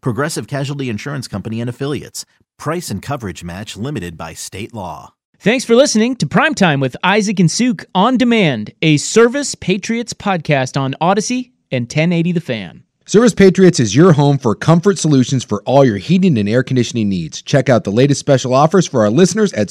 Progressive Casualty Insurance Company and Affiliates. Price and coverage match limited by state law. Thanks for listening to Primetime with Isaac and Suk on demand, a Service Patriots podcast on Odyssey and 1080 The Fan. Service Patriots is your home for comfort solutions for all your heating and air conditioning needs. Check out the latest special offers for our listeners at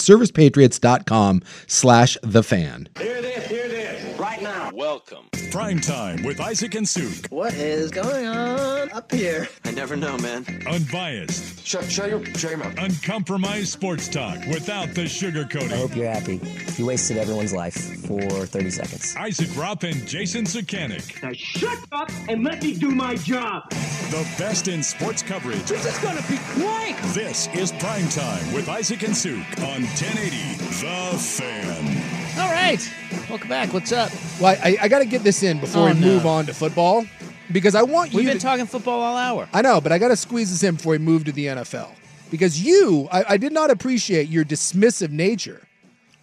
servicepatriots.com slash the fan. Hear this, hear this, right now. Welcome. Prime Time with Isaac and Suk. What is going on up here? I never know, man. Unbiased, Shut, shut your, shut your mouth. uncompromised sports talk without the I sugarcoating. hope you're happy. You wasted everyone's life for 30 seconds. Isaac Rop and Jason Sukanik, Now shut up and let me do my job. the best in sports coverage. This is gonna be great. This is Prime Time with Isaac and Suk on 1080 The Fan. All right. Welcome back. What's up? Well, I, I got to get this in before Oh, we no. move on to football because I want We've you been to- talking football all hour. I know, but I got to squeeze this in before we move to the NFL because you, I, I did not appreciate your dismissive nature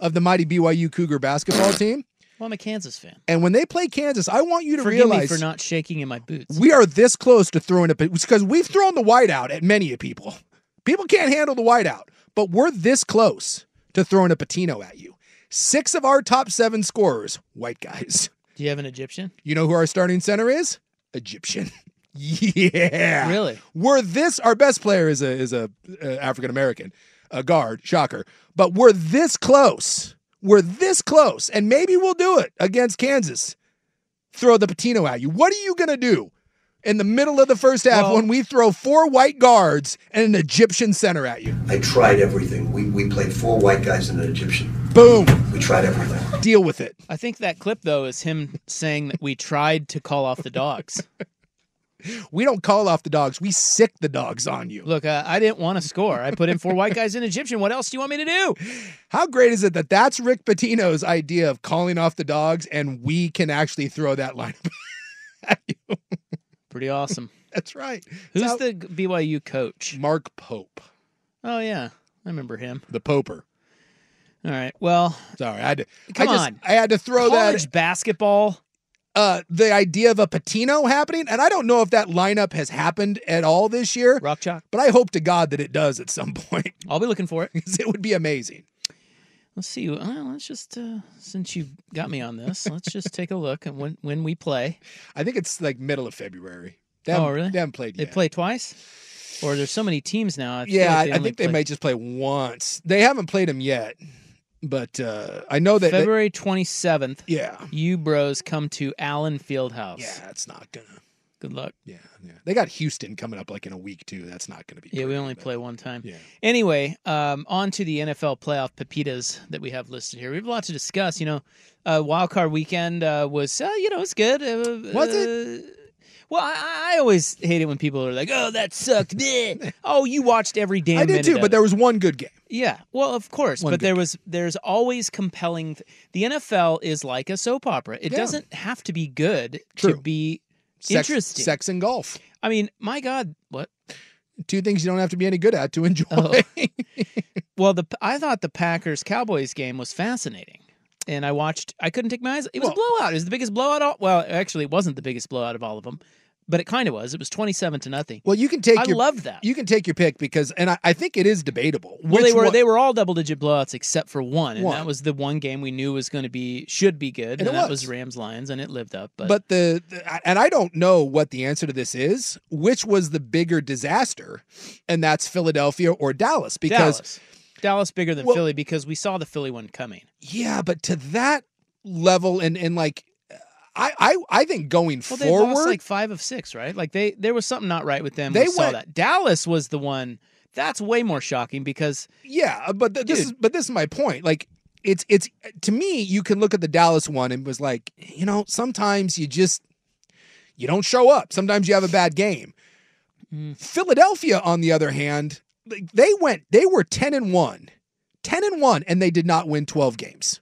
of the mighty BYU Cougar basketball team. Well, I'm a Kansas fan. And when they play Kansas, I want you to Forgive realize me for not shaking in my boots. we are this close to throwing up because we've thrown the whiteout at many of people. People can't handle the whiteout, but we're this close to throwing a patino at you. Six of our top seven scorers, white guys. Do you have an Egyptian? You know who our starting center is? Egyptian. yeah. Really? We're this our best player is a is a uh, African American, a guard, shocker. But we're this close. We're this close, and maybe we'll do it against Kansas. Throw the patino at you. What are you gonna do in the middle of the first half Well- when we throw four white guards and an Egyptian center at you? I tried everything. We, we played four white guys and an Egyptian. Boom. We tried everything. Deal with it. I think that clip, though, is him saying that we tried to call off the dogs. We don't call off the dogs. We sick the dogs on you. Look, uh, I didn't want to score. I put in four white guys and Egyptian. What else do you want me to do? How great is it that that's Rick Pitino's idea of calling off the dogs and we can actually throw that lineup? Pretty awesome. that's right. It's Who's how- the BYU coach? Mark Pope, Oh, yeah. I remember him. the Poper? All right. Well, Sorry, I had to. Come I just, on. I had to throw college Oh, that basketball. uh, the idea of a Patino happening, and I don't know if that lineup has happened at all this year, Rock chalk. but I hope to God that it does at some point I'll be looking for it. 'cause it would be amazing. Let's see. Well, let's just uh, since you got me on this, let's just take a look at when when we play. I think it's like middle of February. They Oh, haven't- really? They haven't played They yet. play twice, or there's so many teams now. I feel like Yeah, I, I only think they play- might just play once. They haven't played them yet, but uh, I know that. that- February 27th. yeah. You bros come to Allen Fieldhouse. Yeah, it's not gonna. Good luck. Yeah, yeah. They got Houston coming up like in a week too. That's not gonna be. Yeah, we pretty, only but- play one time. Yeah. Anyway, um, on to the NFL playoff pepitas that we have listed here. We have a lot to discuss. You know, uh, wild card weekend uh, was, uh, you know, it's good. Uh, Was it? Well, I, I always hate it when people are like, "Oh, that sucked." Bleh." oh, you watched every damn. I did minute too, of but it. there was one good game. Yeah, well, of course, One but good there was there's always compelling. Th- the NFL is like a soap opera. It Yeah. doesn't have to be good to True. be Sex, interesting. Sex and golf. I mean, my God, what? Two things you don't have to be any good at to enjoy. Oh. Well, the I thought the Packers Cowboys game was fascinating, and I watched. I couldn't take my eyes. It was a Well- blowout. It was the biggest blowout. All, well, actually, it wasn't the biggest blowout of all of them. but it kind of was. It was twenty-seven to nothing. Well, you can take. I your, love that. You can take your pick because, and I, I think it is debatable. Well, they which were one- they were all double-digit blowouts except for one, and One. that was the one game we knew was going to be should be good, And and, it that was. was Rams Lions, and it lived up. But, But the, the- and I don't know what the answer to this is. Which was the bigger disaster, and that's Philadelphia or Dallas? Because Dallas, Dallas bigger than Well- Philly because we saw the Philly one coming. yeah, but to that level, and and like, I I I think going Well, they forward, lost like five of six, right? Like they there was something not right with them. They we saw went- that. Dallas was the one. That's way more shocking because Yeah, uh, but th- this Dude. is but this is my point. Like it's it's to me, you can look at the Dallas one and was like, you know, sometimes you just you don't show up. Sometimes you have a bad game. Philadelphia, on the other hand, like, they went they were 10 and 1. 10 and 1 and they did not win 12 games.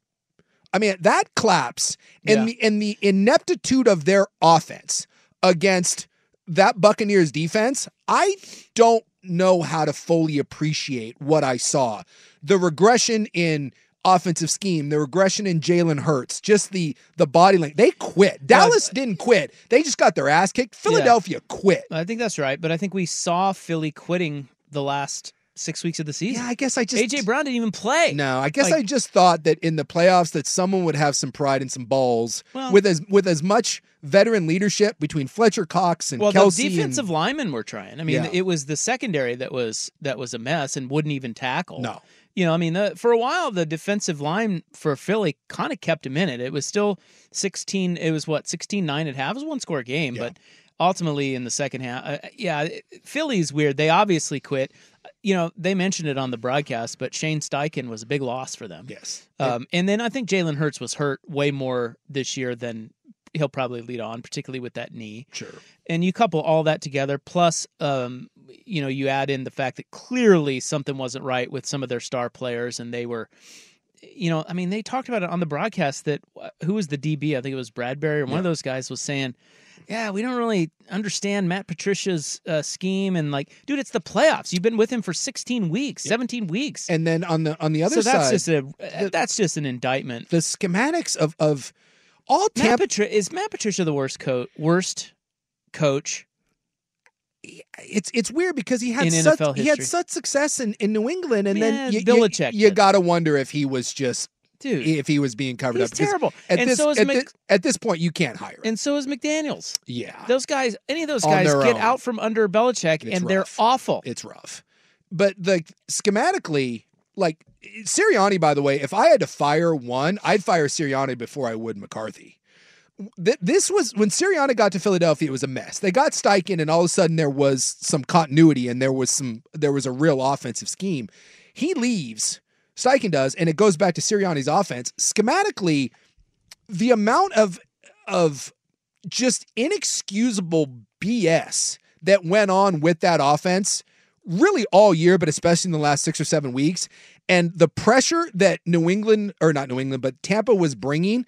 I mean, that collapse and Yeah. the and the ineptitude of their offense against that Buccaneers defense, I don't know how to fully appreciate what I saw. The regression in offensive scheme, the regression in Jalen Hurts, just the the body length. They quit. Dallas didn't quit. They just got their ass kicked. Philadelphia quit. I think that's right. But I think we saw Philly quitting the last six weeks of the season. Yeah, I guess I just AJ Brown didn't even play. No, I guess Like- I just thought that in the playoffs that someone would have some pride and some balls Well- with as with as much veteran leadership between Fletcher Cox and Well, Kelsey. the and- defensive linemen were trying. I mean, Yeah. it was the secondary that was that was a mess and wouldn't even tackle. No. You know, I mean, the, for a while the defensive line for Philly kind of kept him in it. It was still 16 it was what 16-9 at half. It was one score game, but ultimately in the second half, uh, yeah, it- Philly's weird. They obviously quit. You know, they mentioned it on the broadcast, but Shane Steichen was a big loss for them. yes. Um, and then I think Jalen Hurts was hurt way more this year than he'll probably lead on, particularly with that knee. Sure. And you couple all that together, plus, um, you know, you add in the fact that clearly something wasn't right with some of their star players, and they were, you know, I mean, they talked about it on the broadcast that uh, who was the DB? I think it was Bradbury, or one of those guys was saying, yeah, we don't really understand Matt Patricia's uh, scheme. And like, dude, it's the playoffs. You've been with him for 16 weeks, 17 weeks. And then on the on the other so that's side, just a uh, that's just an indictment the schematics of of all Matt Tampa. Patri- is Matt Patricia the worst coach? Worst coach? It's it's weird because he had In such NFL he had history. such success in, in New England, and Yeah, then you, Belichick you, you did. gotta wonder if he was just Dude, if he was being covered he's up. because terrible. At and this so is at, Mc- thi- at this point, you can't hire. Him. and so is McDaniel's. yeah, Those guys, any of those On guys, their get own. out from under Belichick, It's and they're rough. awful. It's rough. But the schematically, like Sirianni, by the way, if I had to fire one, I'd fire Sirianni before I would McCarthy. Th- This was when Sirianni got to Philadelphia. It was a mess. They got Steichen, and all of a sudden there was some continuity, and there was some there was a real offensive scheme. He leaves, Steichen does, and it goes back to Sirianni's offense. Schematically, the amount of of just inexcusable BS that went on with that offense really all year, but especially in the last six or seven weeks. And the pressure that New England, or not New England, but Tampa was bringing,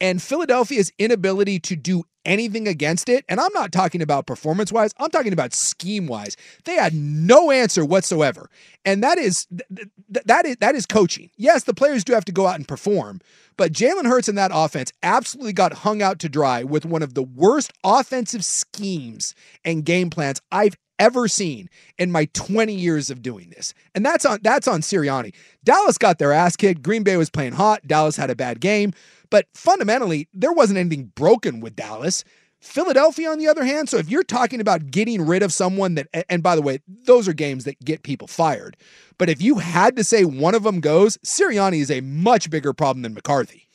and Philadelphia's inability to do anything against it. And I'm not talking about performance wise, I'm talking about scheme wise. They had no answer whatsoever. And that is th- th- that is that is coaching. Yes, the players do have to go out and perform, but Jalen Hurts and that offense absolutely got hung out to dry with one of the worst offensive schemes and game plans I've ever seen in my 20 years of doing this. And that's on that's on Sirianni. Dallas got their ass kicked. Green Bay was playing hot. Dallas had a bad game, but fundamentally there wasn't anything broken with Dallas. Philadelphia on the other hand, so if you're talking about getting rid of someone that a- and by the way, those are games that get people fired. But if you had to say one of them goes, Sirianni is a much bigger problem than McCarthy.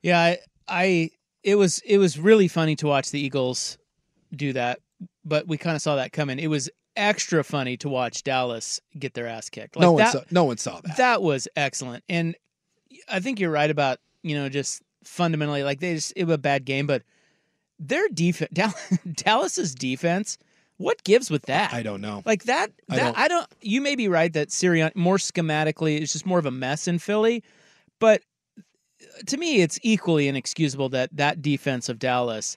Yeah, I, I it was it was really funny to watch the Eagles do that, but we kind of saw that coming. It was extra funny to watch Dallas get their ass kicked. Like, no one that, saw, no one saw that. That was excellent, and I think you're right about you know just fundamentally like they just it was a bad game, but their defense, Dallas's defense, what gives with that? I don't know. Like that, I that I, don't- don't, You may be right that Sirianni more schematically it's just more of a mess in Philly, but uh, to me, it's equally inexcusable that that defense of Dallas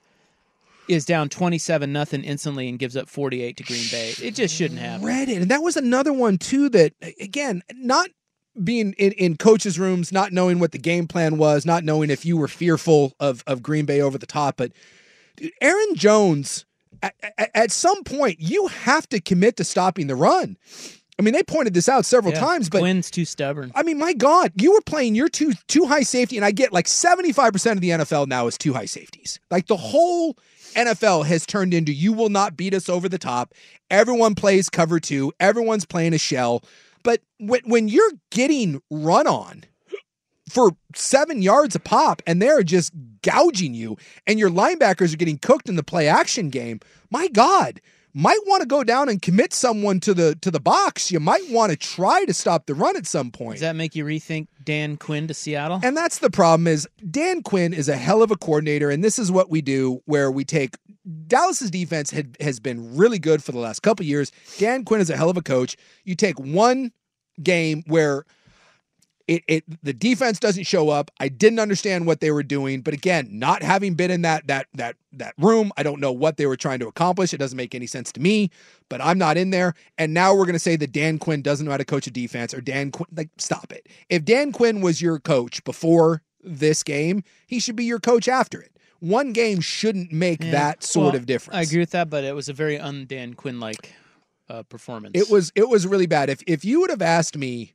is down twenty-seven nothing instantly and gives up forty-eight to Green Bay. It just shouldn't happen. read it. And that was another one too that again, not being in, in coaches' rooms, not knowing what the game plan was, not knowing if you were fearful of of Green Bay over the top, but dude, Aaron Jones at, at some point you have to commit to stopping the run. I mean, they pointed this out several Yeah, times, but Quinn's too stubborn. I mean, my God, you were playing your two two high safety, and I get like seventy five percent of the NFL now is two high safeties. Like the whole NFL has turned into you will not beat us over the top. Everyone plays cover two. Everyone's playing a shell. But when when you're getting run on for seven yards a pop, and they're just gouging you, and your linebackers are getting cooked in the play action game, my God. Might want to go down and commit someone to the to the box. You might want to try to stop the run at some point. Does that make you rethink Dan Quinn to Seattle? And that's the problem is Dan Quinn is a hell of a coordinator, and this is what we do where we take Dallas's defense had, has been really good for the last couple of years. Dan Quinn is a hell of a coach. You take one game where it, it the defense doesn't show up. I didn't understand what they were doing, but again, not having been in that that that that room, I don't know what they were trying to accomplish. It doesn't make any sense to me, but I'm not in there. And now we're going to say that Dan Quinn doesn't know how to coach a defense or Dan Quinn like stop it. If Dan Quinn was your coach before this game, he should be your coach after it. One game shouldn't make Yeah. that sort Well, of difference. I agree with that, but it was a very un Dan Quinn like uh, performance. It was it was really bad. If if you would have asked me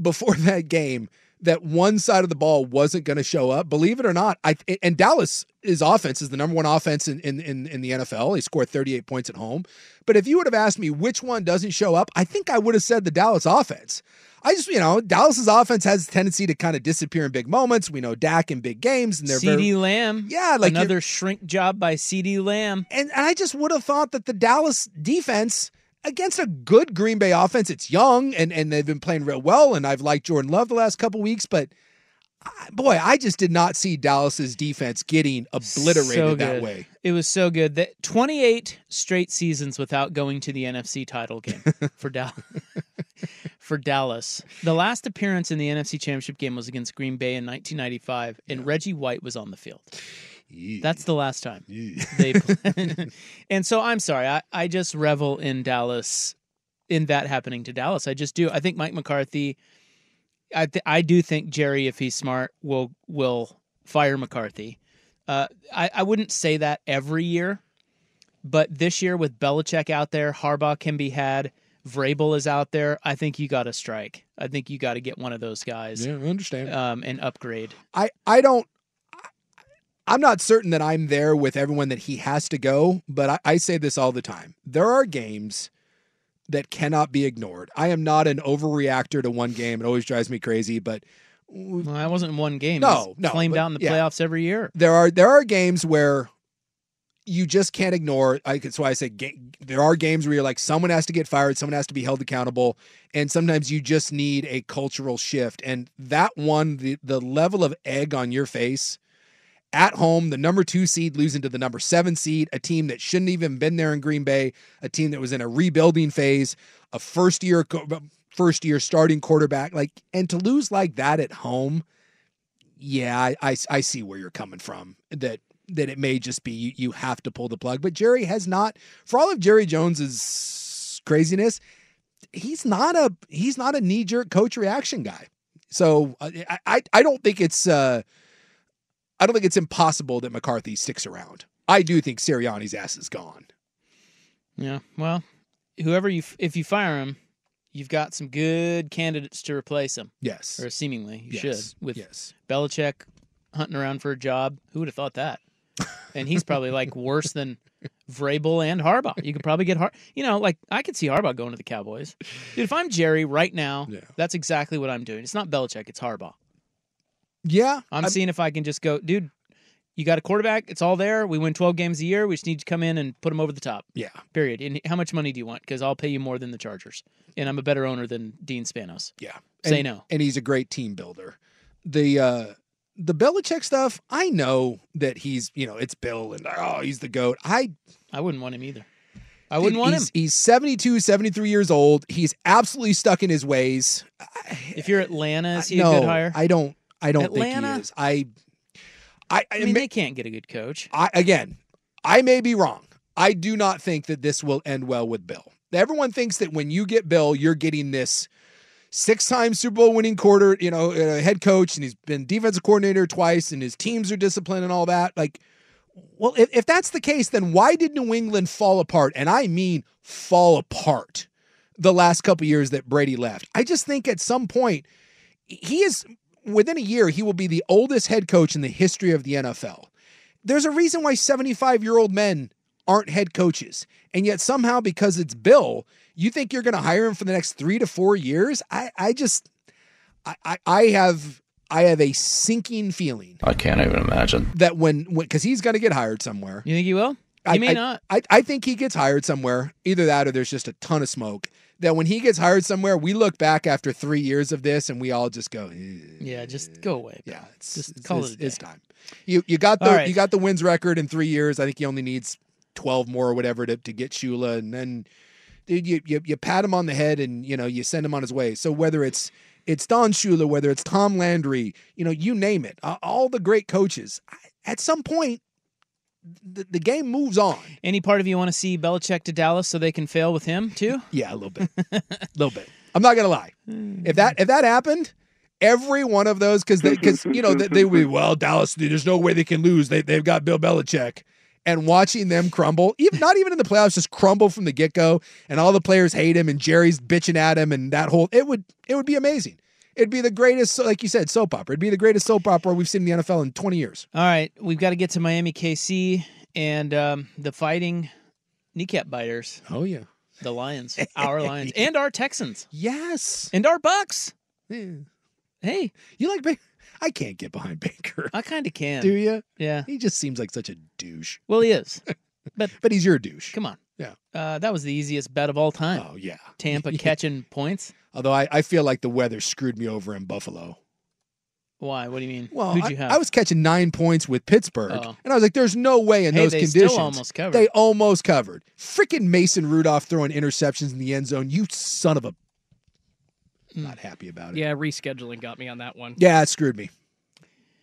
before that game that one side of the ball wasn't going to show up, believe it or not, I and Dallas is offense is the number one offense in in in, in the NFL. They scored 38 points at home. But if you would have asked me which one doesn't show up, I think I would have said the Dallas offense. I just, you know, Dallas's offense has a tendency to kind of disappear in big moments. We know Dak in big games, and they're very, CD Lamb. Yeah, like you're- another shrink job by CD Lamb. and, and I just would have thought that the Dallas defense against a good Green Bay offense, it's young and, and they've been playing real well. And I've liked Jordan Love the last couple weeks, but I- boy, I just did not see Dallas's defense getting obliterated So that good. way. It was so good that 28 straight seasons without going to the NFC title game for Dallas. for Dallas, the last appearance in the NFC Championship game was against Green Bay in 1995, and Reggie White was on the field. That's the last time they. played. and so I'm sorry. I, I just revel in Dallas, in that happening to Dallas. I just do. I think Mike McCarthy. I th- I do think Jerry, if he's smart, will will fire McCarthy. Uh, I, I wouldn't say that every year, but this year with Belichick out there, Harbaugh can be had. Vrabel is out there. I think you got to strike. I think you got to get one of those guys I understand. um, and upgrade. I, I don't. I- I'm not certain that I'm there with everyone that he has to go, but I, I say this all the time. There are games that cannot be ignored. I am not an overreactor to one game. It always drives me crazy, but Well, that wasn't one game. No, He's no, flamed but- out in the yeah. playoffs every year. there are there are games where you just can't ignore. I, that's why I say ga- there are games where you're like someone has to get fired, someone has to be held accountable, and sometimes you just need a cultural shift. And that one, the the level of egg on your face at home, the number two seed losing to the number seven seed, a team that shouldn't even been there in Green Bay, a team that was in a rebuilding phase, a first year first year starting quarterback, like and to lose like that at home yeah, I, I, I see where you're coming from. That that it may just be you, you have to pull the plug. But Jerry has not, for all of Jerry Jones's craziness, he's not a he's not a knee jerk coach reaction guy. So uh, I, I I don't think it's uh I don't think it's impossible that McCarthy sticks around. I do think Sirianni's ass is gone. Yeah. Well, whoever you f- if you fire him, you've got some good candidates to replace him, Yes. or seemingly you yes. should. With yes. Belichick hunting around for a job, who would have thought that? And he's probably like worse than Vrabel and Harbaugh. You could probably get Har, you know, like I could see Harbaugh going to the Cowboys. Dude, if I'm Jerry right now, Yeah. that's exactly what I'm doing. It's not Belichick, it's Harbaugh. Yeah. I'm I- seeing if I can just go, dude. You got a quarterback. It's all there. We win 12 games a year. We just need to come in and put them over the top. yeah. Period. And how much money do you want? Because I'll pay you more than the Chargers, and I'm a better owner than Dean Spanos. Yeah. Say And- no. And he's a great team builder. The uh the Belichick stuff, I know that he's, you know, it's Bill and oh, he's the goat. I I wouldn't want him either. I wouldn't want him. he's, He's 72, 73 years old. He's absolutely stuck in his ways. I- If you're Atlanta, is he no, a good hire? I don't I don't think Atlanta? he is. I I I, I mean, ma- they can't get a good coach. I again, I may be wrong. I do not think that this will end well with Bill. Everyone thinks that when you get Bill, you're getting this six-time Super Bowl winning quarter, you know, uh, head coach, and he's been defensive coordinator twice, and his teams are disciplined and all that. Like Well, if, if that's the case, then why did New England fall apart? And I mean fall apart the last couple years that Brady left. I just think at some point, he is within a year, he will be the oldest head coach in the history of the NFL. There's a reason why 75 year old men aren't head coaches. And yet somehow because it's Bill, you think you're going to hire him for the next three to four years? I, I just, I, I, I have, I have a sinking feeling. I can't even imagine that when, because he's going to get hired somewhere. You think he will? I, he may I, not. I, I think he gets hired somewhere. Either that, or there's just a ton of smoke. That when he gets hired somewhere, we look back after three years of this, and we all just go, "Eh." Yeah, just go away. bro. yeah, it's, Just it's- call it's- it a day. it's time. You you got the All right. you got the wins record in three years. I think he only needs twelve more or whatever to, to get Shula, and then dude, you, you you pat him on the head and you know you send him on his way. So whether it's it's Don Shula, whether it's Tom Landry, you know, you name it, a- all the great coaches. At some point, the, the game moves on. Any part of you want to see Belichick to Dallas so they can fail with him too? Yeah, a little bit, a little bit. I'm not gonna lie. If that if that happened, every one of those because because you know they, they would be, well Dallas. There's no way they can lose. They they've got Bill Belichick, and watching them crumble, even not even in the playoffs, just crumble from the get go, and all the players hate him, and Jerry's bitching at him, and that whole it would it would be amazing. It'd be the greatest, like you said, soap opera. It'd be the greatest soap opera we've seen in the NFL in 20 years. All right, we've got to get to Miami KC and um, the fighting kneecap biters, Oh yeah. the Lions, our Lions, and our Texans, Yes. and our Bucks. Yeah. Hey, You like Baker? I can't get behind Baker. I kind of can. Do you? Yeah. He just seems like such a douche. Well, he is. But he's your douche. Come on. Yeah. Uh, that was the easiest bet of all time. Oh yeah. Tampa catching points. Although I, I feel like the weather screwed me over in Buffalo. Why? What do you mean? Well, Who'd I, you have? I was catching nine points with Pittsburgh, Oh. and I was like, "There's no way in Hey, those they still conditions almost covered. they almost covered." Freaking Mason Rudolph throwing interceptions in the end zone. You son of a! Hmm. Not happy about it. Yeah, rescheduling got me on that one. Yeah, it screwed me.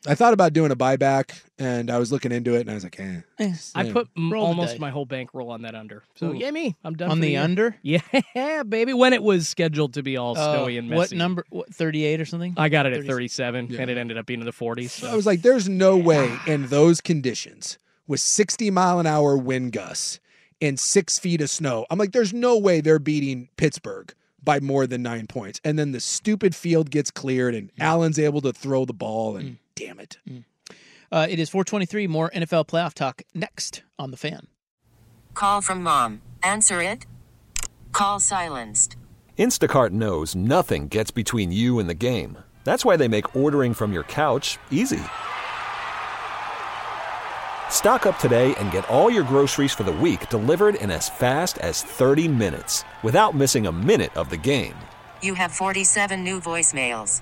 I thought about doing a buyback, and I was looking into it, and I was like, "Eh." Eh. I put m- Roll the almost dice. my whole bankroll on that under. So Ooh. yeah, me. I'm done on for the year. under. Yeah, baby. When it was scheduled to be all snowy Uh, and messy. What number? What, Thirty-eight or something? I got it at 37. 37, and it ended up being in the 40s. I was like, "There's no way in those conditions with 60 mile an hour wind gusts and six feet of snow." I'm like, "There's no way they're beating Pittsburgh by more than nine points." And then the stupid field gets cleared, and Allen's able to throw the ball, and damn it. Uh, it is 423. More NFL playoff talk next on The Fan. Call from mom. Answer it. Call silenced. Instacart knows nothing gets between you and the game. That's why they make ordering from your couch easy. Stock up today and get all your groceries for the week delivered in as fast as 30 minutes without missing a minute of the game. You have 47 new voicemails.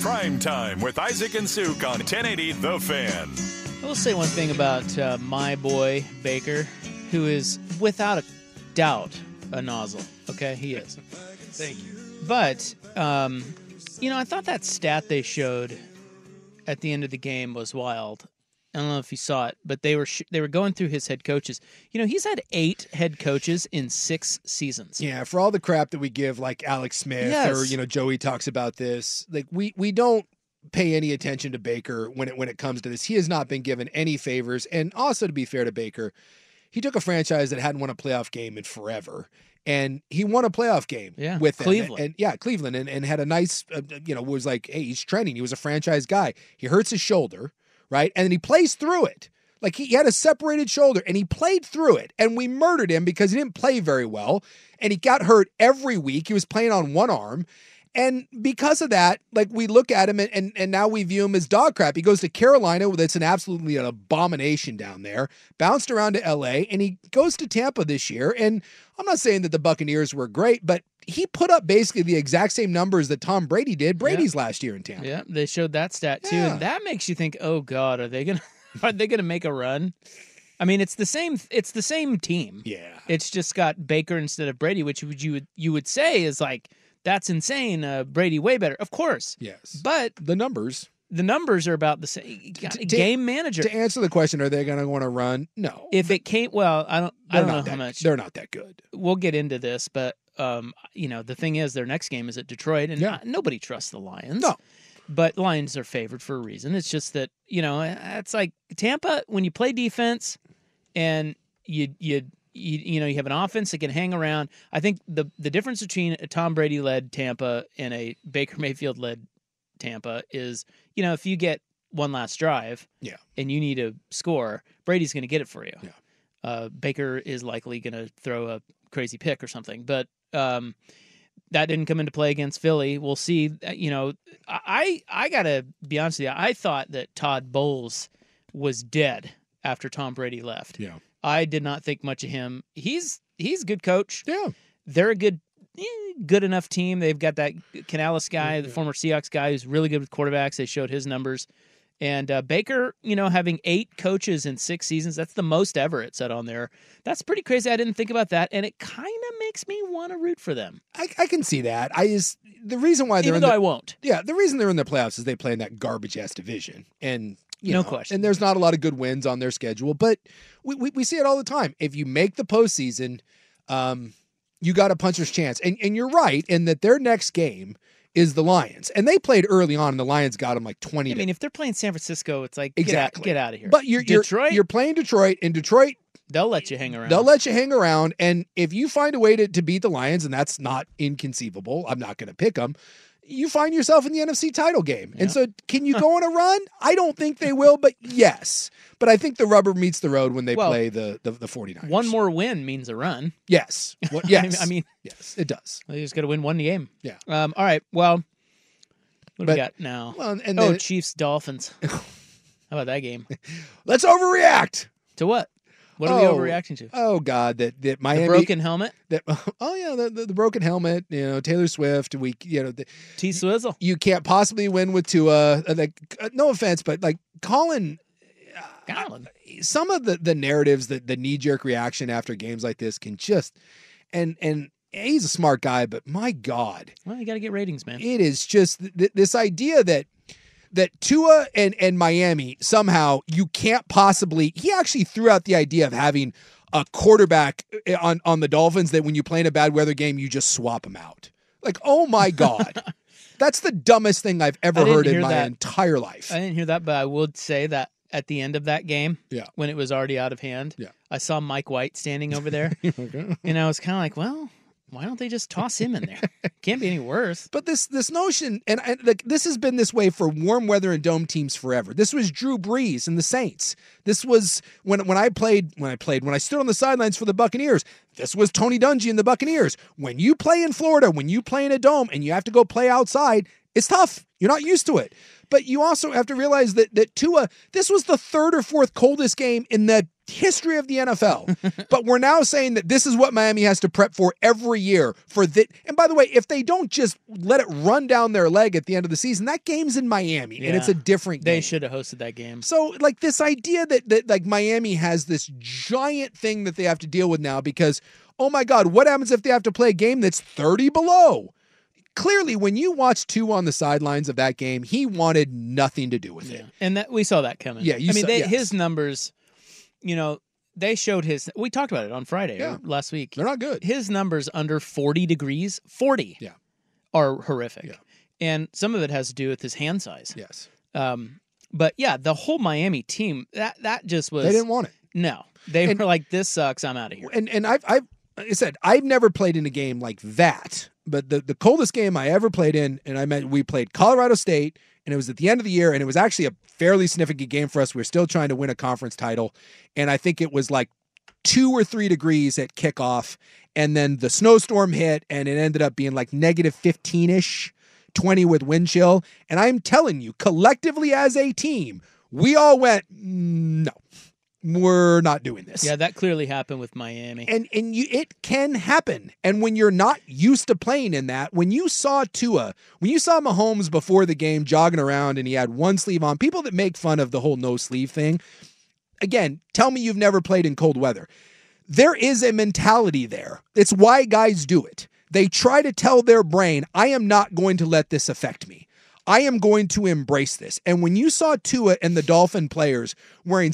Prime time with Isaac and Suk on 1080 The Fan. I will say one thing about uh, my boy Baker, who is without a doubt a nozzle. Okay, he is. Thank you. But um, you know, I thought that stat they showed at the end of the game was wild. I don't know if you saw it, but they were sh- they were going through his head coaches. You know, he's had eight head coaches in six seasons. Yeah, for all the crap that we give, like Alex Smith or Yes. you know Joey talks about this, like we we don't pay any attention to Baker when it when it comes to this. He has not been given any favors, and also to be fair to Baker, He took a franchise that hadn't won a playoff game in forever, and he won a playoff game yeah, with them. Cleveland. And, and- yeah, Cleveland, and, and had a nice, uh, you know, was like, hey, he's trending. He was a franchise guy. He hurts his shoulder, right, and then he plays through it. Like he, he had a separated shoulder, and he played through it. And we murdered him because he didn't play very well, and he got hurt every week. He was playing on one arm. And because of that, like we look at him and, and, and now we view him as dog crap. He goes to Carolina, where that's an absolutely an abomination down there, bounced around to LA, and he goes to Tampa this year. And I'm not saying that the Buccaneers were great, but he put up basically the exact same numbers that Tom Brady did Brady's last year in Tampa. Yeah, they showed that stat too, Yeah. and that makes you think, "Oh God, are they gonna are they gonna make a run?" I mean, it's the same. It's the same team. Yeah. It's just got Baker instead of Brady, which would you would you would say is like that's insane. Uh, Brady way better, of course. Yes. But The numbers. the numbers are about the same. to- Game manager. To answer the question, are they going to want to run? No. if it came, well, I don't. I They're don't not know that, how much. They're not that good. We'll get into this, but um, you know, the thing is, their next game is at Detroit, and Yeah. uh, nobody trusts the Lions. No. but Lions are favored for a reason. It's just that you know eh, it's like Tampa when you play defense and you you you, you know you have an offense that can hang around. I think the the difference between a Tom Brady led Tampa and a Baker Mayfield led Tampa is you know if you get one last drive Yeah. and you need a score, Brady's going to get it for you. Yeah. Uh, Baker is likely going to throw a crazy pick or something, but um, that didn't come into play against Philly. We'll see. Uh, You know, I I gotta be honest with you. I thought that Todd Bowles was dead after Tom Brady left. Yeah. I did not think much of him. He's he's a good coach. Yeah. They're a good eh, good enough team. They've got that Canales guy, Mm-hmm. the former Seahawks guy, who's really good with quarterbacks. They showed his numbers. And uh, Baker, you know, having eight coaches in six seasons, that's the most ever it said on there. That's pretty crazy. I didn't think about that. And it kind of makes me want to root for them, I, I can see that. I just, the reason why they're even in though the, I won't. Yeah, the reason they're in the playoffs is they play in that garbage ass division, and you No know, question. And there's not a lot of good wins on their schedule, but we we, we see it all the time. If you make the postseason, um, you got a puncher's chance, and and you're right in that their next game is the Lions, and they played early on, and the Lions got them like twenty. I to mean, if they're playing San Francisco, it's like Exactly. get out, get out of here. but you're you're- Detroit. You're playing Detroit, and Detroit they'll let you hang around. They'll let you hang around. And if you find a way to, to beat the Lions, and that's not inconceivable, I'm not going to pick them, you find yourself in the NFC title game. And so, can you go on a run? I don't think they will, but yes. But I think the rubber meets the road when they Well, play the, the, the 49ers. one more win means a run. Yes. What, yes. I mean, yes, it does. they just got to win one game. Yeah. Um. All right. Well, what do But- we got now? Well, and oh, then Chiefs Dolphins. How about that game? let's overreact. To what? What are Oh, we overreacting to? Oh, God, that, that The Miami. broken helmet. That, oh, yeah, the, the, the broken helmet, you know, Taylor Swift. We, you know, the, T Swizzle. you can't possibly win with Tua. Uh, Like, uh, no offense, but like Colin, Colin. some of the the narratives that the knee jerk reaction after games like this can just, and and he's a smart guy, but my God, Well, you got to get ratings, man. it is just th- th- this idea that that Tua and and Miami somehow you can't possibly. He actually threw out the idea of having a quarterback eh, on on the Dolphins that when you play in a bad weather game you just swap him out. Like, oh my God. That's the dumbest thing I've ever didn't heard in hear my that. entire life. I didn't hear that, but I would say that at the end of that game, Yeah. when it was already out of hand, Yeah. "Oh." I saw Mike White standing over there, and I was kind of like, well, why don't they just toss him in there? Can't be any worse. But this this notion, and, and like this has been this way for warm weather and dome teams forever. This was Drew Brees and the Saints. This was when when I played when I played when I stood on the sidelines for the Buccaneers. This was Tony Dungy and the Buccaneers. When you play in Florida, when you play in a dome, and you have to go play outside, it's tough. You're not used to it. But you also have to realize that that Tua, this was the third or fourth coldest game in the history of the NFL. but we're now saying that this is what Miami has to prep for every year for that. And by the way, if they don't just let it run down their leg at the end of the season, that game's in Miami and it's a Yeah. different game. They should have hosted that game. So like this idea that that like Miami has this giant thing that they have to deal with now because oh my god, what happens if they have to play a game that's 30 below? Clearly, when you watch two on the sidelines of that game, he wanted nothing to do with it. And that we saw that coming. Yeah, you I mean, saw- they, yes. his numbers. You know, they showed his. We talked about it on Friday Yeah. or last week. They're not good. His numbers under forty degrees, forty, Yeah. are horrific. Yeah. And some of it has to do with his hand size. Yes. Um, but yeah, the whole Miami team that that just was They didn't want it. No, they were like, "This sucks. I'm out of here." And and I've I've like I said I've never played in a game like that. But the the coldest game I ever played in, and I meant we played Colorado State, and it was at the end of the year, and it was actually a fairly significant game for us. We were still trying to win a conference title, and I think it was like two or three degrees at kickoff, and then the snowstorm hit, and it ended up being like negative fifteen ish. 20 with wind chill. And I'm telling you, collectively as a team, we all went, "Mm, no, we're not doing this. Yeah, that clearly happened with Miami. And and you it can happen. And when you're not used to playing in that, when you saw Tua, when you saw Mahomes before the game jogging around and he had one sleeve on, people that make fun of the whole no sleeve thing, again, tell me you've never played in cold weather. There is a mentality there. It's why guys do it. They try to tell their brain, I am not going to let this affect me. I am going to embrace this. And when you saw Tua and the Dolphin players wearing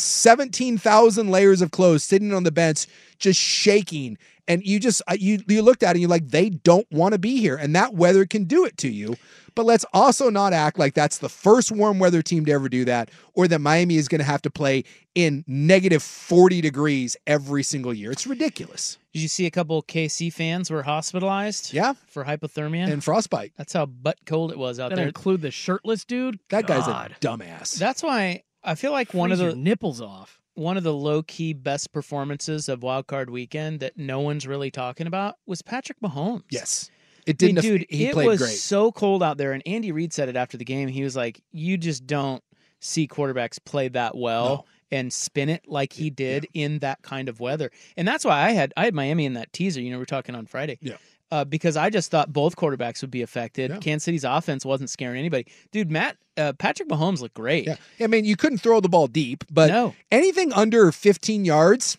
17,000 layers of clothes sitting on the bench, just shaking, and you just, uh, you, you looked at it and you're like, they don't want to be here. And that weather can do it to you. But let's also not act like that's the first warm weather team to ever do that or that Miami is going to have to play in negative 40 degrees every single year. It's ridiculous. Did you see a couple KC fans were hospitalized? Yeah. For hypothermia and frostbite. That's how butt cold it was out that there. Include the shirtless dude. That God. guy's a dumbass. That's why I feel like one Freeze of the nipples off. One of the low key best performances of Wild Card Weekend that no one's really talking about was Patrick Mahomes. Yes. It didn't. I mean, dude, he it played was great. so cold out there, and Andy Reid said it after the game. He was like, "You just don't see quarterbacks play that well and spin it like he did in that kind of weather." And that's why I had I had Miami in that teaser. You know, we are talking on Friday. Yeah. Uh, because I just thought both quarterbacks would be affected. Yeah. Kansas City's offense wasn't scaring anybody. Dude, Matt uh, Patrick Mahomes looked great. Yeah. I mean, you couldn't throw the ball deep, but No. anything under 15 yards,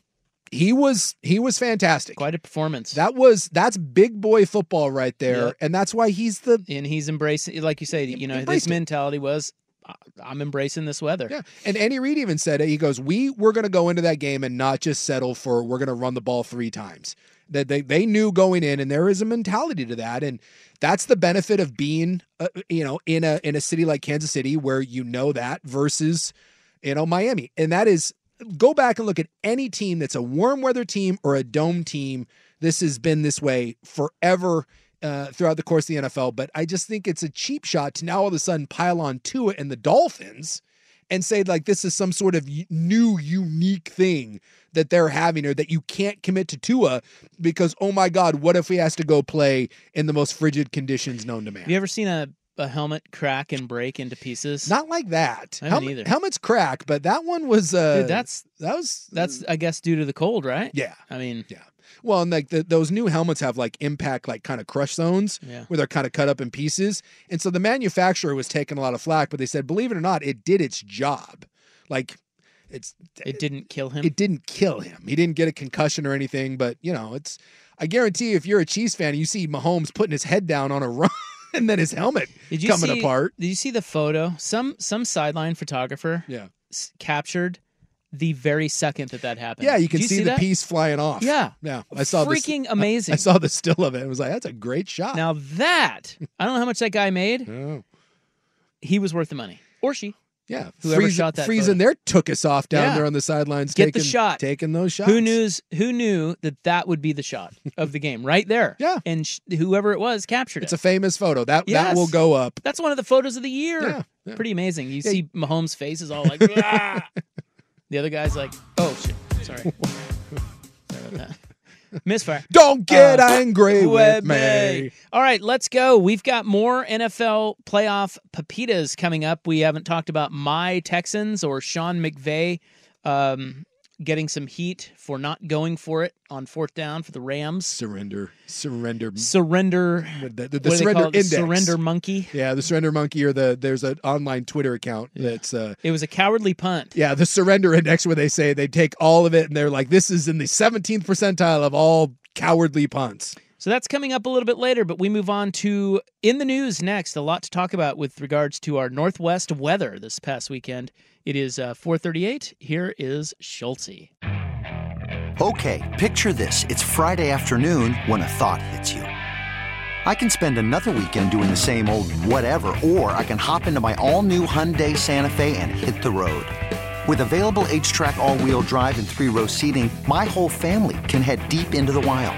he was he was fantastic. Quite a performance. That was that's big boy football right there, Yep. and that's why he's the and he's embracing, like you say, you know, his Embraced it. mentality was, "I- "I'm embracing this weather." yeah. And Andy Reid even said it. He goes, "We were going to go into that game and not just settle for we're going to run the ball three times." That they they knew going in, and there is a mentality to that, and that's the benefit of being uh, you know in a in a city like Kansas City where you know that versus you know Miami, and that is go back and look at any team that's a warm weather team or a dome team. This has been this way forever uh, throughout the course of the NFL, but I just think it's a cheap shot to now all of a sudden pile on Tua and the Dolphins and say like this is some sort of y- new unique thing that they're having or that you can't commit to Tua because oh my god, what if he has to go play in the most frigid conditions known to man? Have you ever seen a, a helmet crack and break into pieces? Not like that. I haven't Helm- either. Helmets crack, but that one was uh Dude, that's that was that's I guess due to the cold, right? Mm. yeah. I mean, Yeah. Well, and like the, those new helmets have like impact, like kind of crush zones Yeah. where they're kind of cut up in pieces. And so the manufacturer was taking a lot of flack, but they said, believe it or not, it did its job. Like it's it didn't kill him. it didn't kill him. He didn't get a concussion or anything, but you know, it's I guarantee if you're a Chiefs fan and you see Mahomes putting his head down on a run and then his helmet Did you coming see, apart. Did you see the photo? Some some sideline photographer Yeah. s- captured the very second that that happened. Yeah, you Did can see, the that? piece flying off. Yeah. Yeah. I saw this- Freaking I- amazing. I, saw the still of it. It was like, that's a great shot. Now that I don't know how much that guy made, Oh. he was worth the money or she. Yeah, Whoever Friesen- shot that Friesen photo. there took us off down Yeah. there on the sidelines. Get the taking, shot. taking those shots. Who knew? Who knew that that would be the shot of the game right there? Yeah. and sh- whoever it was captured It's it. a famous photo that that Yes. will go up. That's one of the photos of the year. Yeah, yeah. Pretty amazing. You see Mahomes' face is all like, "Ah!" the other guy's like, oh shit, sorry. sorry about that. Misfire. Don't get Uh, angry with Webby. me. All right, let's go. We've got more NFL playoff pepitas coming up. We haven't talked about my Texans or Sean McVay um, getting some heat for not going for it on fourth down for the Rams. Surrender, surrender. Surrender. The, the- what do the they surrender call it? The index. Surrender monkey. Yeah, the surrender monkey or the there's an online Twitter account that's uh It was a cowardly punt. yeah the surrender index where they say they take all of it and they're like this is in the 17th percentile of all cowardly punts. So that's coming up a little bit later, but we move on to in the news next. A lot to talk about with regards to our northwest weather this past weekend. It is uh, 4:38. Here is Schulte. Okay, picture this. It's Friday afternoon when a thought hits you. I can spend another weekend doing the same old whatever, or I can hop into my all new Hyundai Santa Fe and hit the road. With available H-Track all-wheel drive and three-row seating, my whole family can head deep into the wild.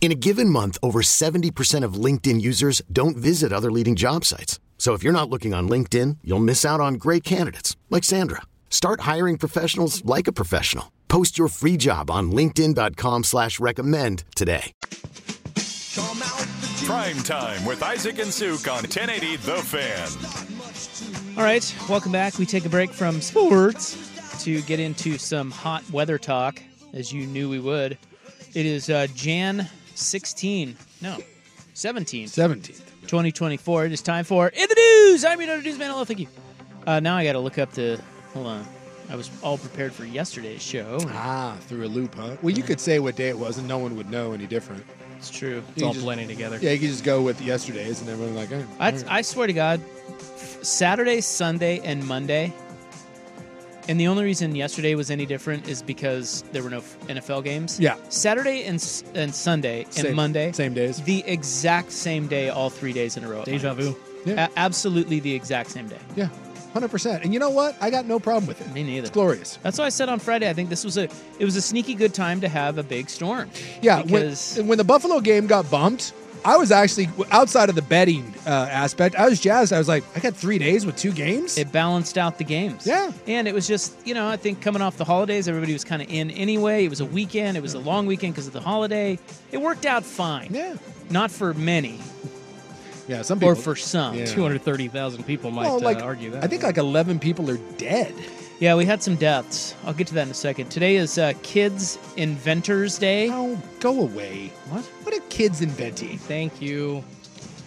In a given month, over 70% of LinkedIn users don't visit other leading job sites. So if you're not looking on LinkedIn, you'll miss out on great candidates like Sandra. Start hiring professionals like a professional. Post your free job on LinkedIn.com slash recommend today. Prime time with Isaac and Suk on 1080 The Fan. All right, welcome back. We take a break from sports to get into some hot weather talk, as you knew we would. It is uh, Jan 16. No, 17. 17th. 2024. It is time for In the News. I'm your noted newsman. Hello, thank you. Uh, now I got to look up the. Hold on. I was all prepared for yesterday's show. Ah, through a loop, huh? Well, you could say what day it was, and no one would know any different. It's true. It's you all just, blending together. Yeah, you could just go with yesterday's, and everyone like. Oh, I, right. I swear to God, Saturday, Sunday, and Monday. And the only reason yesterday was any different is because there were no NFL games. Yeah. Saturday and and Sunday and same, Monday, same days, the exact same day, all three days in a row. Deja vu. Yeah. A- absolutely the exact same day. Yeah. 100%. And you know what? I got no problem with it. Me neither. It's glorious. That's why I said on Friday I think this was a it was a sneaky good time to have a big storm. Yeah, because when, when the Buffalo game got bumped, I was actually outside of the betting uh, aspect. I was jazzed. I was like, I got 3 days with two games. It balanced out the games. Yeah. And it was just, you know, I think coming off the holidays, everybody was kind of in anyway. It was a weekend. It was a long weekend because of the holiday. It worked out fine. Yeah. Not for many. Yeah, some people. Or for some. Yeah. 230,000 people might well, like, uh, argue that. I think like 11 people are dead. Yeah, we had some deaths. I'll get to that in a second. Today is uh, Kids Inventors Day. Oh, go away. What? What are kids inventing? Thank you.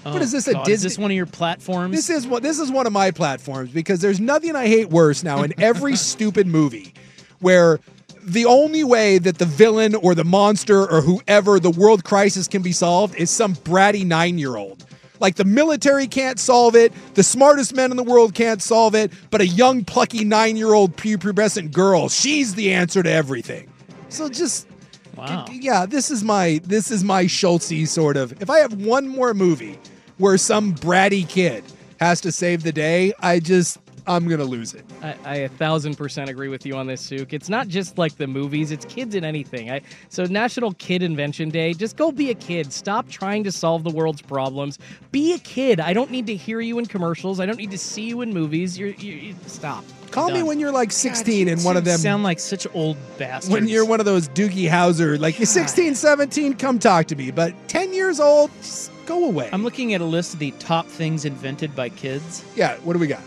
Oh, what is this? God, a Disney? Is this one of your platforms? This is what. This is one of my platforms because there's nothing I hate worse now in every stupid movie, where the only way that the villain or the monster or whoever the world crisis can be solved is some bratty nine year old. Like the military can't solve it, the smartest men in the world can't solve it, but a young, plucky nine year old prepubescent girl, she's the answer to everything. So just. Wow. Yeah, this is my this is my Schultzy sort of. If I have one more movie where some bratty kid has to save the day, I just I'm gonna lose it. I, I, a thousand percent agree with you on this, Suk. It's not just like the movies; it's kids in anything. I, so National Kid Invention Day. Just go be a kid. Stop trying to solve the world's problems. Be a kid. I don't need to hear you in commercials. I don't need to see you in movies. You're, you, you stop. Call Done. me when you're like 16 God, and one of them sound like such old bastards. When you're one of those Doogie Howser, like you're 16, 17, come talk to me. But 10 years old, just go away. I'm looking at a list of the top things invented by kids. Yeah, what do we got?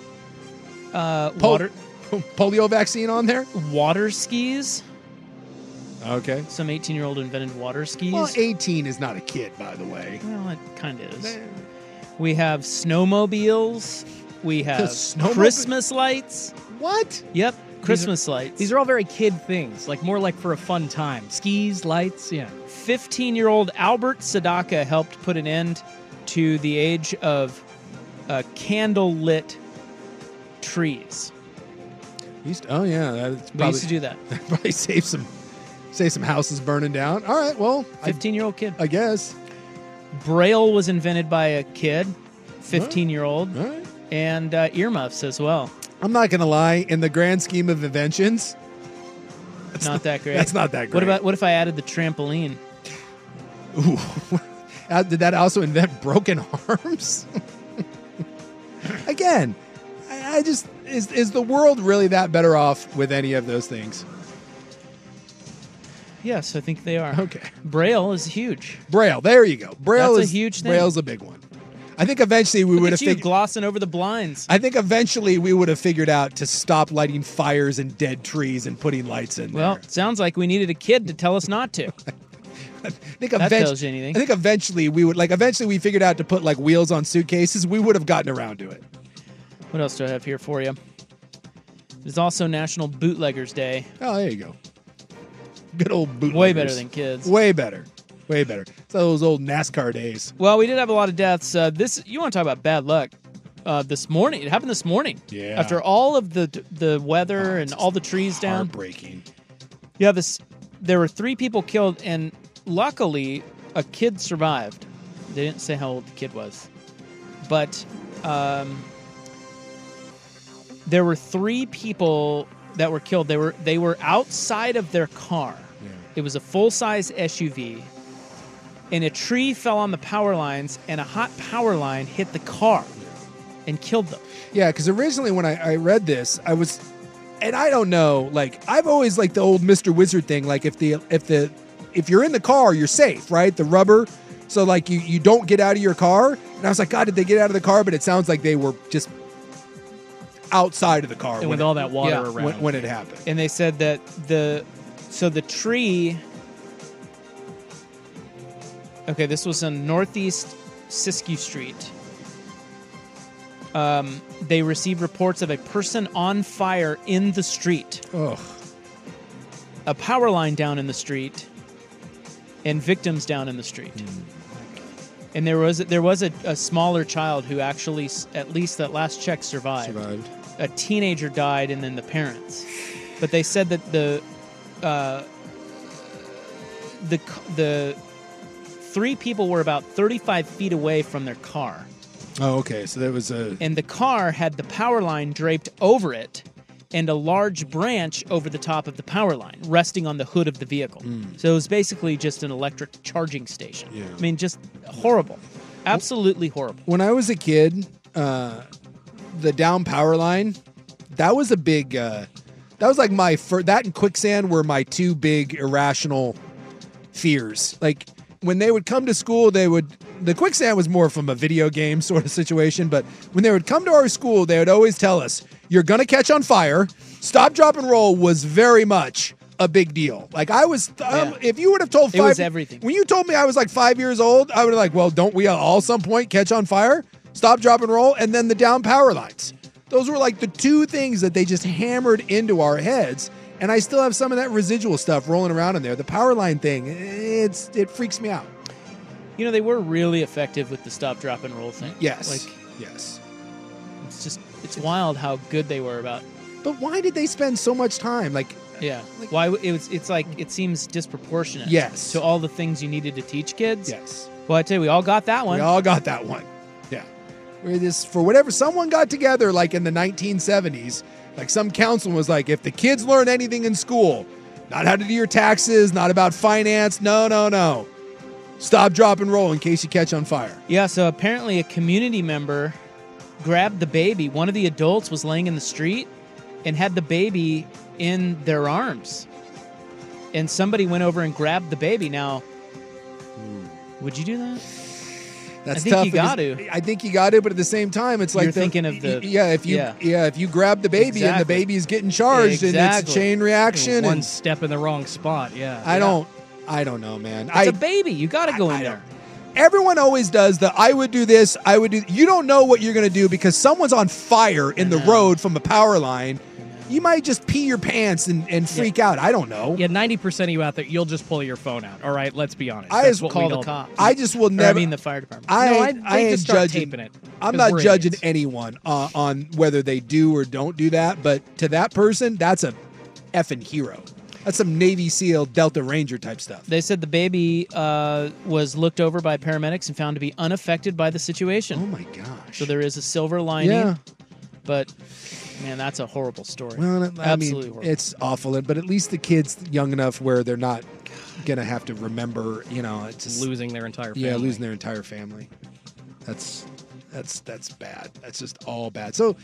Uh, Pol- water polio vaccine on there. Water skis. Okay. Some 18 year old invented water skis. Well, 18 is not a kid, by the way. Well, it kind of is. Man. We have snowmobiles. We have snowmob- Christmas lights. What? Yep. Christmas these are, lights. These are all very kid things, like more like for a fun time. Skis, lights, yeah. 15 year old Albert Sadaka helped put an end to the age of uh, candle lit trees. Used to, oh yeah, that's probably, we used to do that. that probably save some, save some houses burning down. All right, well, fifteen-year-old kid, I guess. Braille was invented by a kid, fifteen-year-old, right. right. and uh, earmuffs as well. I'm not gonna lie. In the grand scheme of inventions, not, not that great. That's not that great. What about what if I added the trampoline? Ooh, uh, did that also invent broken arms? Again. I just is is the world really that better off with any of those things? Yes, I think they are. Okay. Braille is huge. Braille, there you go. Braille That's is a huge thing. Braille's a big one. I think eventually we Look would at have you fig- glossing over the blinds. I think eventually we would have figured out to stop lighting fires and dead trees and putting lights in well, there. sounds like we needed a kid to tell us not to. I think That event- tells you anything. I think eventually we would like eventually we figured out to put like wheels on suitcases. We would have gotten around to it. What else do I have here for you? It's also National Bootleggers Day. Oh, there you go. Good old bootleggers. Way better than kids. Way better. Way better. It's those old NASCAR days. Well, we did have a lot of deaths. Uh, this you want to talk about bad luck? Uh, this morning, it happened this morning. Yeah. Ah, After all of the the weather oh, and all the trees down, heartbreaking. Yeah. This there were three people killed, and luckily a kid survived. They didn't say how old the kid was, but um, there were three people that were killed. They were they were outside of their car. Yeah. It was a full size SUV, and a tree fell on the power lines, and a hot power line hit the car and killed them. Yeah, because originally when I, I read this, I was, and I don't know, like I've always like the old Mister Wizard thing. Like if the if the if you're in the car, you're safe, right? The rubber. So like you you don't get out of your car, and I was like, God, did they get out of the car? But it sounds like they were just outside of the car and with it, all that water yeah, around when, when, it happened. And they said that the so the tree. Okay, this was on Northeast Siskiyou Street. Um, they received reports of a person on fire in the street. Ugh. A power line down in the street, and victims down in the street. Mm. And there was there was a, a smaller child who actually, at least that last check, survived. Survived. A teenager died, and then the parents. But they said that the uh, the the three people were about 35 feet away from their car. Oh, okay. So there was a and the car had the power line draped over it, and a large branch over the top of the power line, resting on the hood of the vehicle. Mm. So it was basically just an electric charging station. Hmm. Yeah. I mean, just horrible. Absolutely horrible. When I was a kid, uh, the down power line, that was a big, uh, that was like my first, that and quicksand were my two big irrational fears. Like when they would come to school, they would, the quicksand was more from a video game sort of situation, but when they would come to our school, they would always tell us, you're going to catch on fire. Stop, drop, and roll was very much a big deal. Like I was, um, yeah. if you would have told five, it was everything. When you told me I was like five years old, I would have like, well, don't we all some point catch on fire? Stop, drop, and roll, and then the down power lines. Those were like the two things that they just hammered into our heads. And I still have some of that residual stuff rolling around in there. The power line thing, it's it freaks me out. You know, they were really effective with the stop, drop, and roll thing. Yes. Like, yes. It's just it's wild how good they were about. But why did they spend so much time? Like, yeah, like, why it was? It's like it seems disproportionate. Yes, to all the things you needed to teach kids. Yes. Well, I tell you, we all got that one. We all got that one. Yeah. Where this for whatever someone got together, like in the 1970s, like some council was like, if the kids learn anything in school, not how to do your taxes, not about finance, no, no, no. Stop, drop, and roll in case you catch on fire. Yeah, so apparently a community member grabbed the baby. One of the adults was laying in the street and had the baby in their arms. And somebody went over and grabbed the baby. Now, Hmm. would you do that? That's I think tough you got to. I think you got to, but at the same time, it's like you're the, thinking of the yeah. If you yeah, yeah if you grab the baby exactly. and the baby is getting charged exactly. and it's a chain reaction, and one and, step in the wrong spot. Yeah, I yeah. don't. I don't know, man. It's I, a baby. You got to go I, in I there everyone always does the I would do this, I would do you don't know what you're gonna do because someone's on fire in the road from a power line. You might just pee your pants and, and freak yeah. out. I don't know. Yeah, ninety percent of you out there, you'll just pull your phone out. All right, let's be honest. I That's just call the cops. I just will never. Or, I mean, the fire department. I no, I, I ain't judging. It I'm not judging idiots. anyone uh, on whether they do or don't do that. But to that person, that's a effing hero. That's some Navy SEAL Delta Ranger type stuff. They said the baby uh, was looked over by paramedics and found to be unaffected by the situation. Oh my gosh! So there is a silver lining. Yeah. But man, that's a horrible story. Well, I Absolutely mean, horrible. it's awful. But at least the kids young enough where they're not gonna have to remember. You know, just, losing their entire family. yeah, losing their entire family. That's that's that's bad. That's just all bad. So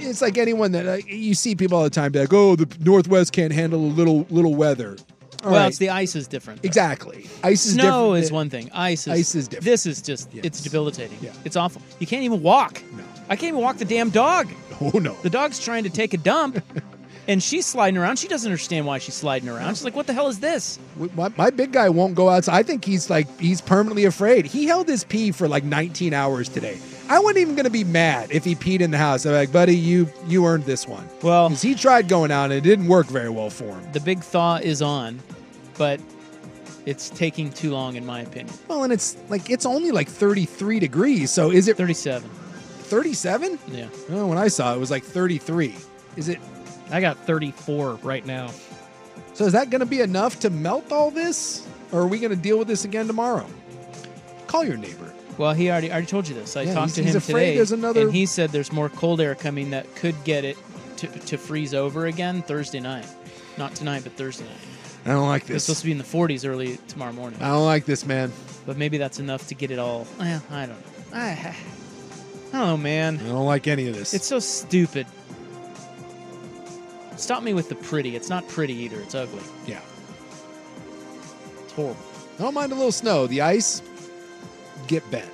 it's like anyone that uh, you see people all the time be like, oh, the Northwest can't handle a little little weather. All well, right. it's the ice is different. Though. Exactly, ice is snow different. is one thing. Ice is ice is different. This is just yes. it's debilitating. Yeah. It's awful. You can't even walk. No. I can't even walk the damn dog. Oh no, the dog's trying to take a dump. and she's sliding around. She doesn't understand why she's sliding around. She's like, "What the hell is this?" My, my, big guy won't go outside. I think he's like he's permanently afraid. He held his pee for like 19 hours today. I wasn't even gonna be mad if he peed in the house. I'm like, buddy, you you earned this one. Well, he tried going out and it didn't work very well for him. The big thaw is on, but it's taking too long, in my opinion. Well, and it's like it's only like 33 degrees. So is it 37? 37? Yeah. Oh, when I saw it, it was like 33. Is it? I got 34 right now. So is that going to be enough to melt all this, or are we going to deal with this again tomorrow? Call your neighbor. Well, he already already told you this. I Yeah, talked he's- to he's him afraid today, there's another- and he said there's more cold air coming that could get it to, to freeze over again Thursday night, not tonight, but Thursday night. I don't like It's this. supposed to be in the 40s early tomorrow morning, I don't like this, man. but maybe that's enough to get it all. Well, I don't know. I, I don't know, man. I don't like any of this. It's so stupid. Stop me with the pretty. It's not pretty either. It's ugly. yeah. It's horrible. I don't mind a little snow. The ice, get bent.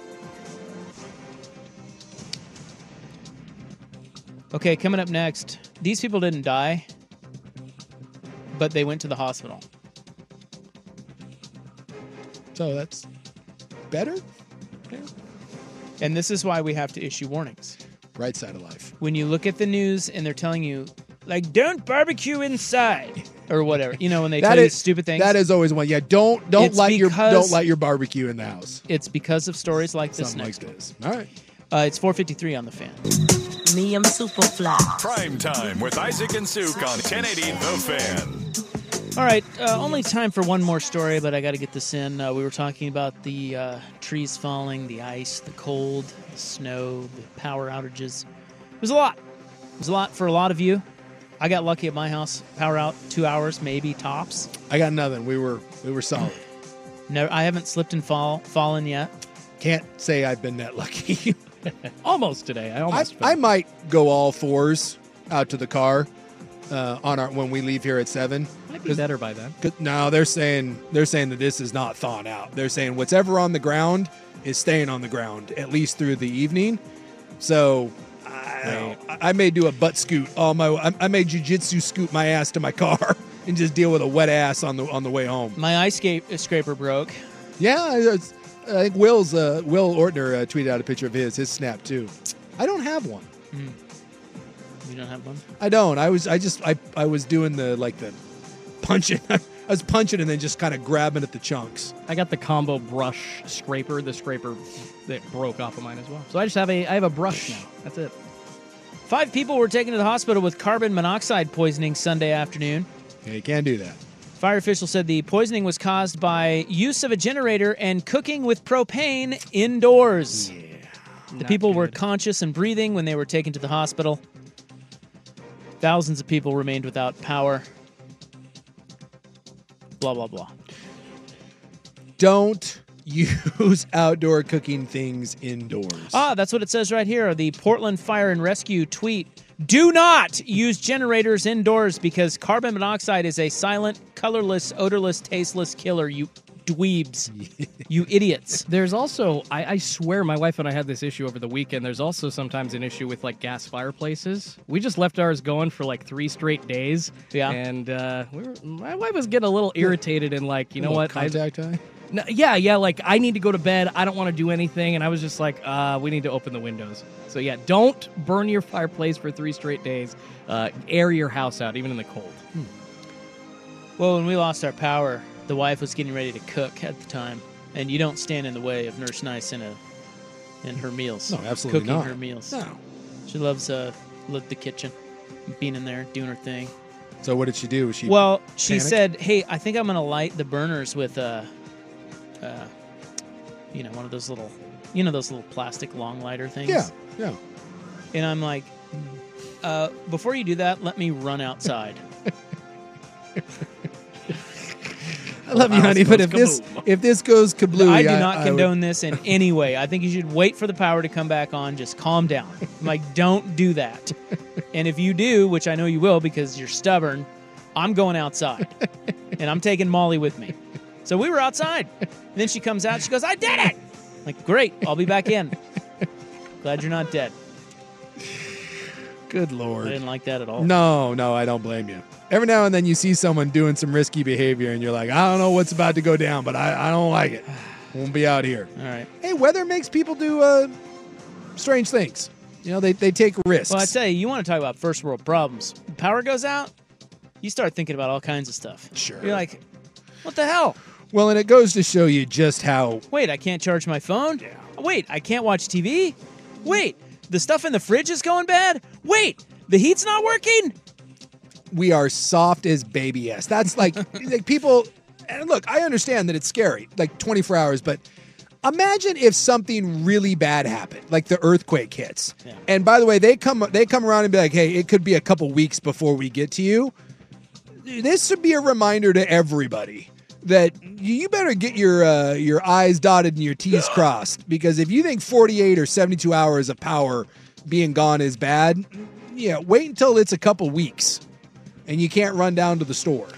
Okay, coming up next, these people didn't die, but they went to the hospital. So that's better. And this is why we have to issue warnings. Right side of life. When you look at the news and they're telling you, like, don't barbecue inside or whatever, you know, when they That tell you is- stupid things. That is always one. Yeah, don't don't It's light your don't because- light your barbecue in the house. It's because of stories like this Something like next this. All right. one. Uh, it's 453 on the fan. Me, I'm super fly. Prime time with Isaac and Suk on 1080 The Fan. All right, uh, only time for one more story, but I got to get this in. Uh, we were talking about the uh, trees falling, the ice, the cold, the snow, the power outages. It was a lot. It was a lot for a lot of you. I got lucky at my house. Power out two hours, maybe tops. I got nothing. We were we were solid. Never, I haven't slipped and fall, fallen yet. Can't say I've been that lucky. Almost today. I I, almost. fell. I might go all fours out to the car uh, on our when we leave here at seven. Might be better by then. 'Cause Now they're saying they're saying that this is not thawing out. They're saying what's ever on the ground is staying on the ground at least through the evening. So I, don't know. I I may do a butt scoot all my. I, I may jujitsu scoot my ass to my car and just deal with a wet ass on the on the way home. My ice scape, scraper broke. Yeah, it's, I think Will's uh, Will Ortner uh, tweeted out a picture of his his snap too. I don't have one. You don't have one? I don't. I was. I just. I. I was doing the like the punching. I was punching and then just kind of grabbing at the chunks. I got the combo brush scraper, the scraper that broke off of mine as well. So I just have a I have a brush now. That's it. Five people were taken to the hospital with carbon monoxide poisoning Sunday afternoon. Yeah, you can do that. Fire officials said the poisoning was caused by use of a generator and cooking with propane indoors. the people were conscious and breathing when they were taken to the hospital. Thousands of people remained without power. Blah, blah, blah. Don't use outdoor cooking things indoors. Ah, that's what it says right here. The Portland Fire and Rescue tweet. Do not use generators indoors because carbon monoxide is a silent, colorless, odorless, tasteless killer, you dweebs. you idiots. There's also I, I swear my wife and I had this issue over the weekend. There's also sometimes an issue with like gas fireplaces. We just left ours going for like three straight days. Yeah. And uh, we were, my wife was getting a little irritated and like you know Little what I- Contact eye. No, yeah, yeah. Like I need to go to bed. I don't want to do anything. And I was just like, uh, we need to open the windows. So yeah, don't burn your fireplace for three straight days. Uh, air your house out, even in the cold. Well, when we lost our power, the wife was getting ready to cook at the time, and you don't stand in the way of Nurse Nice in a in her meals. No, absolutely cooking not. her meals. No. She loves uh, love the kitchen, being in there doing her thing. So what did she do? Was she well, she panicked? said, "Hey, I think I'm gonna light the burners with a, uh, you know, one of those little, you know, those little plastic long lighter things." Yeah. Yeah. And I'm like, uh, before you do that, let me run outside. I love you, honey, but if this if this goes kablooey, I do not I would- condone this in any way. I think you should wait for the power to come back on. Just calm down. I'm like, don't do that. And if you do, which I know you will because you're stubborn, I'm going outside and I'm taking Molly with me. So we were outside. And then she comes out. She goes, I did it. I'm like, great. I'll be back in. Glad you're not dead. Good I lord. didn't like that at all. No, no, I don't blame you. Every now and then you see someone doing some risky behavior and you're like, I don't know what's about to go down, but I, I don't like it. Won't be out here. All right. Hey, weather makes people do uh, strange things. You know, they, they take risks. Well, I tell you, you want to talk about first world problems. Power goes out, you start thinking about all kinds of stuff. Sure. You're like, What the hell? Well, and it goes to show you just how. Wait, I can't charge my phone? Yeah. Wait, I can't watch TV? Wait, the stuff in the fridge is going bad? Wait, the heat's not working? We are soft as baby ass. That's like, like people. And look, I understand that it's scary, like 24 hours, but imagine if something really bad happened, like the earthquake hits. Yeah. And by the way, they come they come around and be like, "Hey, it could be a couple weeks before we get to you." This should be a reminder to everybody that you better get your uh, your I's dotted and your T's crossed because if you think 48 or 72 hours of power being gone is bad, yeah, wait until it's a couple weeks and you can't run down to the store.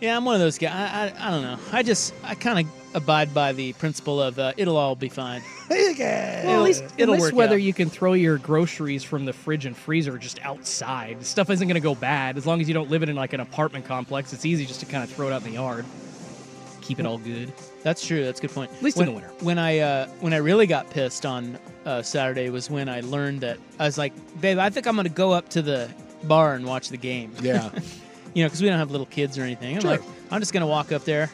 Yeah, I'm one of those guys. I, I, I don't know. I just I kind of abide by the principle of uh, it'll all be fine. okay. Well, at least, it'll at least whether out. you can throw your groceries from the fridge and freezer just outside. Stuff isn't going to go bad as long as you don't live in like an apartment complex. It's easy just to kind of throw it out in the yard. Keep it all good. That's true. That's a good point. At least when, in the winter. When I uh, when I really got pissed on uh, Saturday was when I learned that I was like, babe, I think I'm going to go up to the bar and watch the game. Yeah. you know, because we don't have little kids or anything. I'm sure. like, I'm just going to walk up there,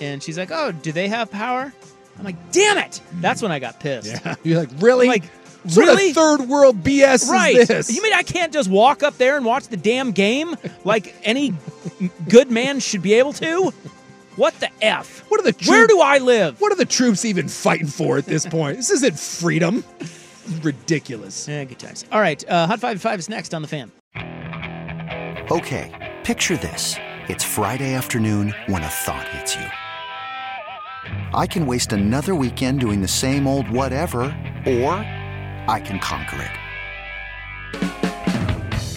and she's like, "Oh, do they have power?" I'm like, "Damn it!" That's when I got pissed. Yeah. You're like, "Really?" I'm like, really? third world BS right. is this? You mean I can't just walk up there and watch the damn game like any good man should be able to? What the f? What are the troop- where do I live? What are the troops even fighting for at this point? this isn't freedom. Ridiculous. Yeah, Eh, good times. All right, uh, Hot Five Five is next on the fan. Okay, picture this: it's Friday afternoon when a thought hits you. I can waste another weekend doing the same old whatever, or I can conquer it.